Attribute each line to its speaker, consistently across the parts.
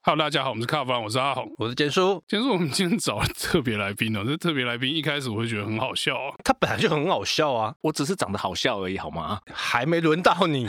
Speaker 1: Hello，大家好，我们是卡弗兰，我是阿红。
Speaker 2: 我是简叔，
Speaker 1: 先说我们今天找了特别来宾哦，这特别来宾一开始我会觉得很好笑哦，
Speaker 2: 他本来就很好笑啊，
Speaker 3: 我只是长得好笑而已，好吗？
Speaker 2: 还没轮到你，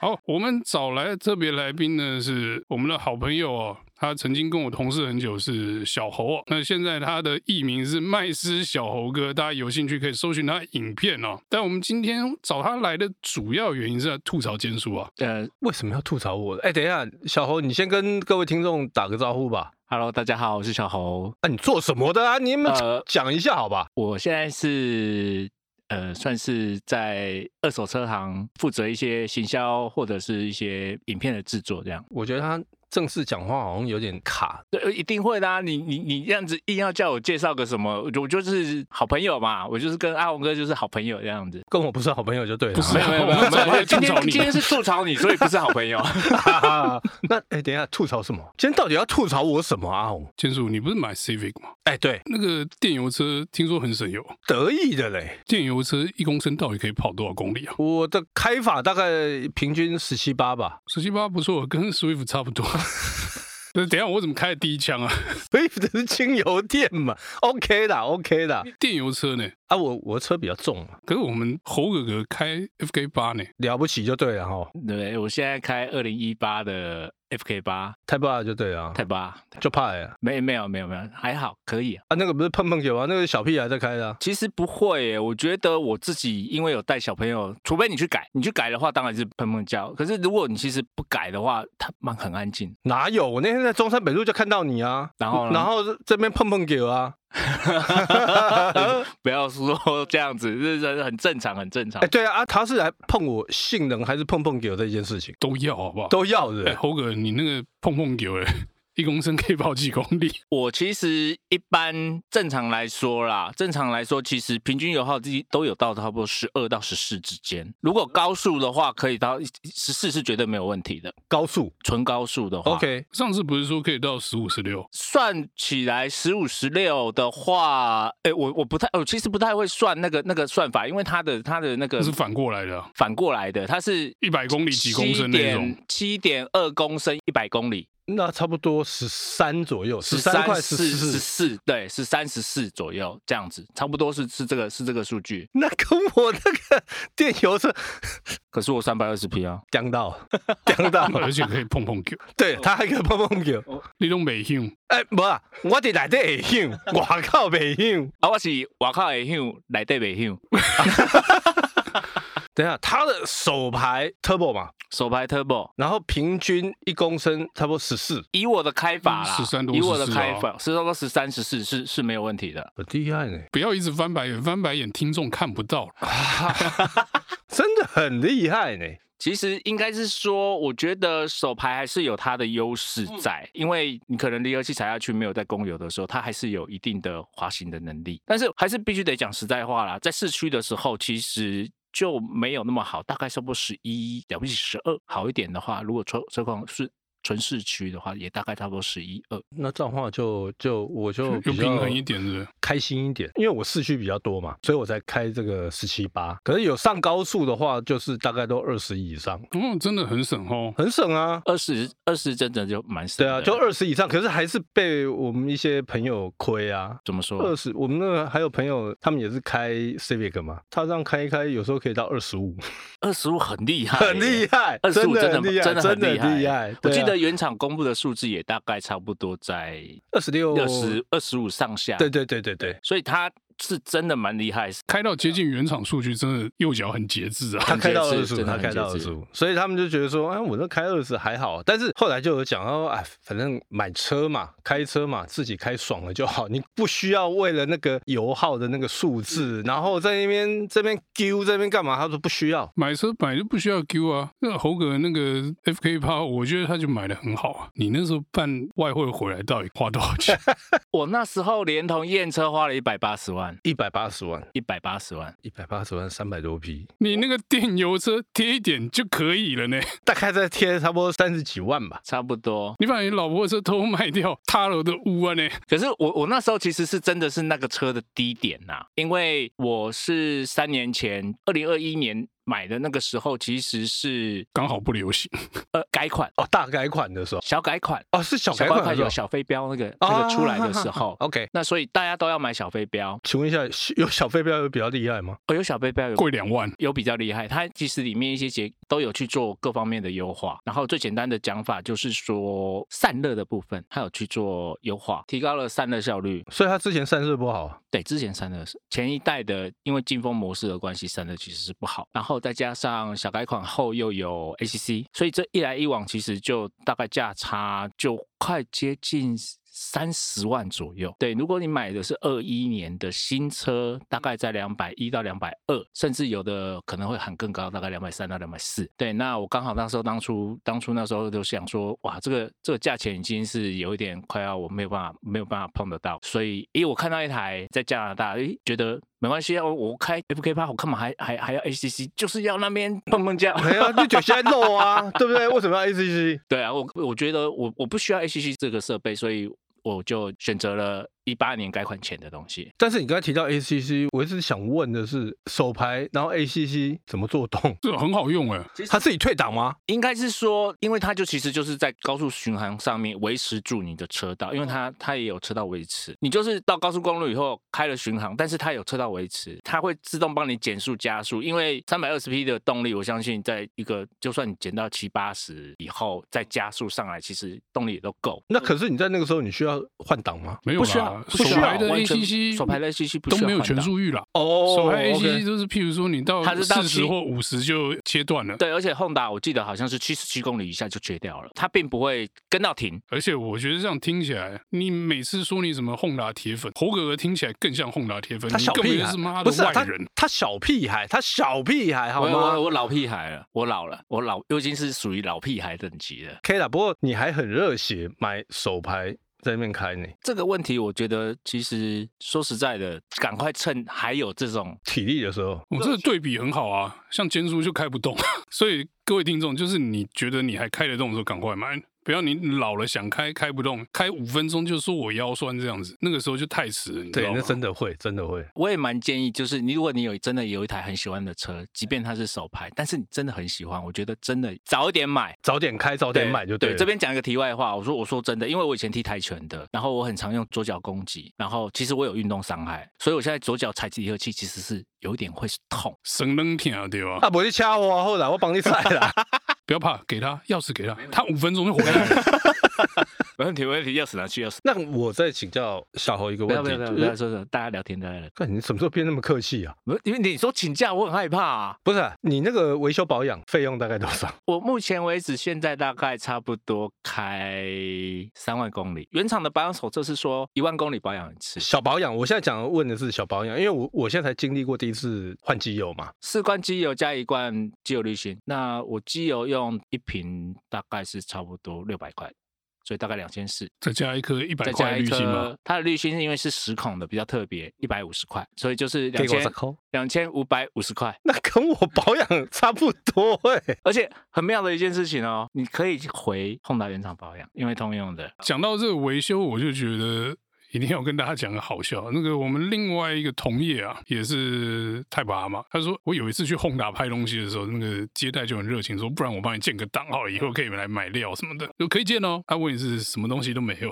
Speaker 1: 好，我们找来的特别来宾呢是我们的好朋友哦，他曾经跟我同事很久，是小猴哦。那现在他的艺名是麦斯小猴哥，大家有兴趣可以搜寻他的影片哦。但我们今天找他来的主要原因是在吐槽坚叔啊。
Speaker 3: 呃
Speaker 2: 为什么要吐槽我？哎、等一下，小侯，你先跟各位听众打个招呼吧。
Speaker 3: ，Hello，大家好，我是小猴，
Speaker 2: 啊，你做什么的啊？你们
Speaker 3: 呃
Speaker 2: 讲一下好吧？
Speaker 3: 我现在是呃，算是在二手车行负责一些行销或者是一些影片的制作，这样。
Speaker 2: 我觉得他正式讲话好像有点卡，
Speaker 3: 对，呃一定会的啊！你你你这样子硬要叫我介绍个什么，我就我就是好朋友嘛，我就是跟阿红哥就是好朋友这样子。
Speaker 2: 跟我不是好朋友就对了。不
Speaker 1: 是我 们怎么会
Speaker 3: 今
Speaker 1: 吐槽
Speaker 3: 天
Speaker 1: 你
Speaker 3: 今天是吐槽你，所以不是好朋友。
Speaker 2: 那哎、等一下吐槽什么？今天到底要吐槽我什么啊？红
Speaker 1: 坚叔，你不是买 Civic 吗？
Speaker 2: 哎、对，
Speaker 1: 那个电油车听说很省油，
Speaker 2: 得意的嘞。
Speaker 1: 电油车一公升到底可以跑多少公里啊？
Speaker 2: 我的开法大概平均十七八吧。
Speaker 1: 十七八不错，跟 Swift 差不多。 等一下我怎么开的第一枪啊？
Speaker 2: 所以哎这是轻油店嘛，OK 的，OK 的。
Speaker 1: 电油车呢？
Speaker 2: 啊，我我车比较重嘛，
Speaker 1: 可是我们猴哥哥开 FK 八呢，
Speaker 2: 了不起就对了哈，
Speaker 3: 对，我现在开二零一八的 FK 八
Speaker 2: 太棒了就对了啊，
Speaker 3: 太八，
Speaker 2: 就怕呀、
Speaker 3: 没没有没有没有，还好可以、啊。
Speaker 2: 啊，那个不是碰碰酒啊，那个小屁孩在开的、啊。
Speaker 3: 其实不会耶，我觉得我自己因为有带小朋友，除非你去改，你去改的话当然是碰碰叫。可是如果你其实不改的话，它蛮很安静。
Speaker 2: 哪有？我那天在中山北路就看到你啊，
Speaker 3: 然后呢
Speaker 2: 然后这边碰碰酒啊，
Speaker 3: 不要说这样子，这这很正常，很正常
Speaker 2: 哎，。对啊，啊他是来碰我性能还是碰碰酒这件事情
Speaker 1: 都要
Speaker 3: 哦
Speaker 1: 好不好？
Speaker 2: 都要
Speaker 1: 哎，
Speaker 2: 的，
Speaker 1: 猴哥，你那个碰碰球哎， 一公升可以跑几公里？
Speaker 3: 我其实一般正常来说啦，正常来说，其实平均油耗自己都有到差不多十二到十四之间。如果高速的话，可以到十四是绝对没有问题的。
Speaker 2: 高速。
Speaker 3: 纯高速的话
Speaker 2: OK，
Speaker 1: 上次不是说可以到十五十六？
Speaker 3: 算起来十五十六的话，哎、我我不太，我其实不太会算那个那个算法，因为它的它的那个
Speaker 1: 那是反过来的啊，
Speaker 3: 反过来的，它是
Speaker 1: 一百公里几公升那种。
Speaker 3: 七点二公升一百公里，
Speaker 2: 那差不多十三左右，十三块十
Speaker 3: 四十
Speaker 2: 四，
Speaker 3: 四，对，是三十四左右这样子，差不多是是这个是这个数据。
Speaker 2: 那跟我那个 电油车
Speaker 3: 可是我三百二十匹啊，
Speaker 2: 讲到讲到，
Speaker 1: 而且可以碰碰球，
Speaker 2: 对他还可以碰碰酒。
Speaker 3: 哦
Speaker 1: 你都没用，
Speaker 2: 哎，无啊，我伫内底会用，外口袂用。
Speaker 3: 啊，我是外靠会向，内底袂向，
Speaker 2: 等一下，他的手牌 turbo 嘛，
Speaker 3: 手排 turbo。
Speaker 2: 然后平均一公升差不多十四，
Speaker 3: 以我的开法啦，
Speaker 1: 13多
Speaker 3: 以我的
Speaker 1: 14
Speaker 3: 开
Speaker 1: 哦
Speaker 3: 法，十到十三十四是是没有问题的。
Speaker 2: 很厉害呢，
Speaker 1: 不要一直翻白眼，翻白眼听众看不到。
Speaker 2: 真的很厉害呢。
Speaker 3: 其实应该是说，我觉得手牌还是有它的优势
Speaker 2: 嗯
Speaker 3: 在，因为你可能离合器踩下去没有在公有的时候，它还是有一定的滑行的能力。但是还是必须得讲实在话啦，在市区的时候，其实。就没有那么好，大概差不多十一，了不起十二，好一点的话，如果车车况是纯市区的话，也大概差不多十一二。
Speaker 2: 那这样的话就就我就
Speaker 1: 有平衡一点是不是，
Speaker 2: 开心一点，因为我市区比较多嘛，所以我才开这个十七八。可是有上高速的话，就是大概都二十以上，
Speaker 1: 哦，真的很省哦。
Speaker 2: 很省啊。
Speaker 3: 二十二十真的就蛮深
Speaker 2: 对
Speaker 3: 的
Speaker 2: 啊，就二十以上，可是还是被我们一些朋友亏啊。
Speaker 3: 怎么说
Speaker 2: 二十，我们那个还有朋友，他们也是开 Civic 嘛，他这样开一开，有时候可以到二十五，
Speaker 3: 二十五很厉害耶，
Speaker 2: 很厉害，
Speaker 3: 二十五
Speaker 2: 的
Speaker 3: 真
Speaker 2: 很
Speaker 3: 的
Speaker 2: 厉害，
Speaker 3: 真的
Speaker 2: 真
Speaker 3: 很
Speaker 2: 的
Speaker 3: 厉害。
Speaker 2: 厉害。
Speaker 3: 我记
Speaker 2: 对啊
Speaker 3: 得原厂公布的数字也大概差不多在
Speaker 2: 二十六
Speaker 3: 二十，二十五上下，
Speaker 2: 哦对，对对对对，
Speaker 3: 所以它是真的蛮厉害，
Speaker 1: 开到接近原厂数据，真的右脚很节制啊。
Speaker 2: 他开到
Speaker 3: 很
Speaker 2: 二十
Speaker 3: 节制
Speaker 2: 五，
Speaker 3: 真的
Speaker 2: 他
Speaker 3: 很
Speaker 2: 开到二
Speaker 3: 节
Speaker 2: 十
Speaker 3: 制
Speaker 2: 五，所以他们就觉得说，哎，我这开二十还好，但是后来就有讲到，哎，反正买车嘛，开车嘛，自己开爽了就好，你不需要为了那个油耗的那个数字，然后在那边这边丢这边干嘛？他说不需要，
Speaker 1: 买车本来就不需要 Q 啊，那猴哥那个 FK 趴，我觉得他就买的很好啊。你那时候办外汇回来到底花多少 钱？
Speaker 3: 我那时候连同验车花了一百八十万，
Speaker 2: 一百八十万，
Speaker 3: 一百八十万，
Speaker 2: 一百八十万，三百多匹，
Speaker 1: 你那个电油车贴一点就可以了呢。
Speaker 2: 大概再贴差不多三十几万吧。
Speaker 3: 差不多。
Speaker 1: 你把你老婆的车偷卖掉，塌了我的屋啊呢？
Speaker 3: 可是我我那时候其实是真的是那个车的低点呐、因为我是三年前二零二一年。买的那个时候其实是
Speaker 1: 刚好不流行。
Speaker 3: 呃改款、
Speaker 2: 哦，大改款的时候，
Speaker 3: 小改款、
Speaker 2: 哦，是小
Speaker 3: 小
Speaker 2: 改
Speaker 3: 改
Speaker 2: 款的
Speaker 3: 款
Speaker 2: 时候哦
Speaker 3: 有小飞镖那
Speaker 2: 啊
Speaker 3: 个那个出来的时候，
Speaker 2: OK，
Speaker 3: 那所以大家都要买小飞镖，
Speaker 2: 请问一下，是有小飞镖有比较厉害吗？
Speaker 3: 哦，有小飞镖有
Speaker 1: 贵两万，
Speaker 3: 有比较厉害，它其实里面一些节都有去做各方面的优化。然后最简单的讲法就是说散热的部分，它有去做优化，提高了散热效率。
Speaker 2: 所以他之前散热不好 啊，
Speaker 3: 对，之前散热是前一代的，因为进风模式的关系，散热其实是不好。然后再加上小改款后又有 ACC，所以这一来一往，其实就大概价差就快接近。三十万左右，对，如果你买的是二一年的新车，大概在两百一到两百二，甚至有的可能会喊更高，大概两百三到两百四。对，那我刚好那时候当初当初那时候就想说，哇，这个这个价钱已经是有一点快要我没有办法没有办法碰得到，所以，诶，我看到一台在加拿大，诶，觉得。没关系啊，我我开 FK 八，我干嘛还还还要 ACC？就是要那边碰碰价。
Speaker 2: 没有啊，就酒现在漏啊，对不对？为什么要 ACC？
Speaker 3: 对啊，我我觉得我我不需要 ACC 这个设备，所以我就选择了一八年改款前的东西。
Speaker 2: 但是你刚才提到 ACC，我一直想问的是手牌，然后 ACC 怎么做动？
Speaker 1: 这很好用哎、
Speaker 2: 他自己退档吗？
Speaker 3: 应该是说，因为它就其实就是在高速巡航上面维持住你的车道，因为
Speaker 2: 嗯
Speaker 3: 它它也有车道维持。你就是到高速公路以后开了巡航，但是它有车道维持，它会自动帮你减速加速。因为三百二十匹的动力，我相信在一个就算你减到七八十以后再加速上来，其实动力也都够。
Speaker 2: 那可是你在那个时候你需要换挡吗？
Speaker 1: 没有
Speaker 3: 不需
Speaker 1: 啦
Speaker 3: 要，
Speaker 1: 手
Speaker 3: 不需要
Speaker 1: 牌的
Speaker 3: 完全
Speaker 1: ACC
Speaker 3: 手牌的 ACC 不需
Speaker 1: 都
Speaker 3: 要
Speaker 1: 没有
Speaker 3: 换
Speaker 1: 全
Speaker 3: 挡
Speaker 1: 速域啦。
Speaker 2: 哦
Speaker 1: 手牌
Speaker 2: OK
Speaker 1: ACC 就是，譬如说你到
Speaker 3: 它是到
Speaker 1: 四十
Speaker 3: 七
Speaker 1: 或五十就切断了。
Speaker 3: 对，而且 Honda 我记得好像是七十七公里以下就绝掉了，它并不会跟到停。
Speaker 1: 而且我觉得这样听起来，你每次说你什么轰达铁粉，猴哥哥听起来更像轰达铁粉，
Speaker 2: 他
Speaker 1: 你
Speaker 2: 小
Speaker 1: 根本
Speaker 2: 屁
Speaker 1: 就
Speaker 2: 孩
Speaker 1: 是妈，
Speaker 2: 不
Speaker 1: 的
Speaker 2: 是啊
Speaker 1: 外
Speaker 2: 他
Speaker 1: 人。
Speaker 2: 他小屁孩，他小屁孩好
Speaker 3: 我我
Speaker 2: 吗
Speaker 3: 我老屁孩了，我老了，我老，我已经是属于老屁孩等级了。
Speaker 2: ？K 啦，不过你还很热血，买手牌在那边开呢，
Speaker 3: 这个问题，我觉得其实说实在的，赶快趁还有这种
Speaker 2: 体力的时候。
Speaker 1: 我、这个对比很好啊，像坚叔就开不动， 所以各位听众，就是你觉得你还开得动的时候，赶快买，不要你老了想开开不动，开五分钟就说我腰酸这样子，那个时候就太迟了，你知
Speaker 2: 对
Speaker 1: 道，
Speaker 2: 那
Speaker 1: 吗？
Speaker 2: 真的会，真的会。
Speaker 3: 我也蛮建议，就是你如果你有真的有一台很喜欢的车，即便它是手牌，但是你真的很喜欢，我觉得真的早一点买。
Speaker 2: 早点开，早点买就
Speaker 3: 对。
Speaker 2: 了。
Speaker 3: 这边讲一个题外话，我说我说真的，因为我以前踢跆拳的，然后我很常用左脚攻击，然后其实我有运动伤害，所以我现在左脚踩集合器其实是有一点会痛。
Speaker 1: 省能听啊，对吧？
Speaker 2: 啊，不去掐我啊，后来我帮你踩 啦。
Speaker 1: 不要怕，给他钥匙给他，他五分钟就回来 了。
Speaker 3: 没问题，没问题，钥匙拿去，钥匙。呃
Speaker 2: 那我再请教小侯一个
Speaker 3: 不要
Speaker 2: 问
Speaker 3: 不
Speaker 2: 题，
Speaker 3: 要不要
Speaker 2: 就
Speaker 3: 不
Speaker 2: 是
Speaker 3: 要说说，大家聊天大家聊天。
Speaker 2: 干你什么时候变那么客气啊？
Speaker 3: 不是，因为你说请假，我很害怕、啊。
Speaker 2: 不是啊、你那个维修保养费用大概多少？
Speaker 3: 我目前为止，现在大概差不多开三万公里。原厂的保养手册是说一万公里保养一次，
Speaker 2: 小保养，我现在讲的问的是小保养，因为我我现在才经历过第一次换机油嘛。
Speaker 3: 四罐机油加一罐机油滤芯。那我机油用一瓶大概是差不多六百块，所以大概两千四。
Speaker 1: 再加一颗一百
Speaker 3: 再
Speaker 1: 块
Speaker 3: 加
Speaker 1: 滤
Speaker 3: 一
Speaker 1: 芯嘛，
Speaker 3: 颗，它的滤芯是因为是十孔的，比较特别，一百五十块，所以就是两
Speaker 2: 给我
Speaker 3: 千
Speaker 2: 十块
Speaker 3: 两千五百五十块。
Speaker 2: 那跟我保养差不多哎、
Speaker 3: 而且很妙的一件事情哦，你可以回宏达原厂保养，因为通用的。
Speaker 1: 讲到这个维修，我就觉得一定要跟大家讲个好笑。那个我们另外一个同业啊，也是太拔嘛，他说我有一次去轰达拍东西的时候，那个接待就很热情说，不然我帮你建个档好了，以后可以来买料什么的，就可以建哦。他问题是什么东西都没有，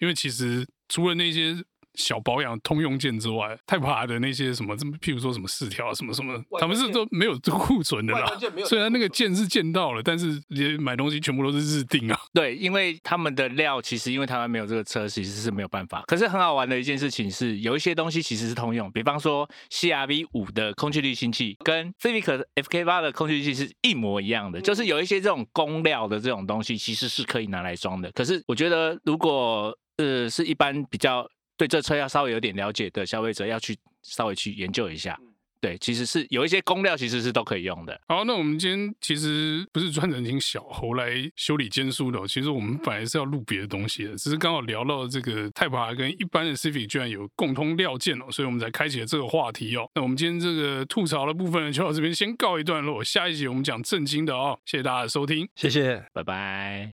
Speaker 1: 因为其实除了那些。小保养通用件之外，太拔的那些什么，这么譬如说什么四条啊什么什么，他们是都没有库存的啦。虽然那个件是建到了，但是也买东西全部都是日定啊。
Speaker 3: 对，因为他们的料其实因为台湾没有这个车，其实是没有办法。可是很好玩的一件事情是，有一些东西其实是通用，比方说 CRV 五的空气滤清器跟 Civic FK 八的空气滤清器是一模一样的，就是有一些这种工料的这种东西其实是可以拿来装的。可是我觉得，如果呃是一般比较对这车要稍微有点了解的消费者，要去稍微去研究一下。对，其实是有一些工料其实是都可以用的。
Speaker 1: 好，那我们今天其实不是专程请小侯来修理监书的哦，其实我们本来是要录别的东西的，只是刚好聊到这个泰普跟一般的 Civic 居然有共通料件哦，所以我们才开启了这个话题哦。那我们今天这个吐槽的部分呢，就到这边先告一段落，下一集我们讲正经的哦，谢谢大家的收听。
Speaker 2: 谢谢。
Speaker 3: 拜拜。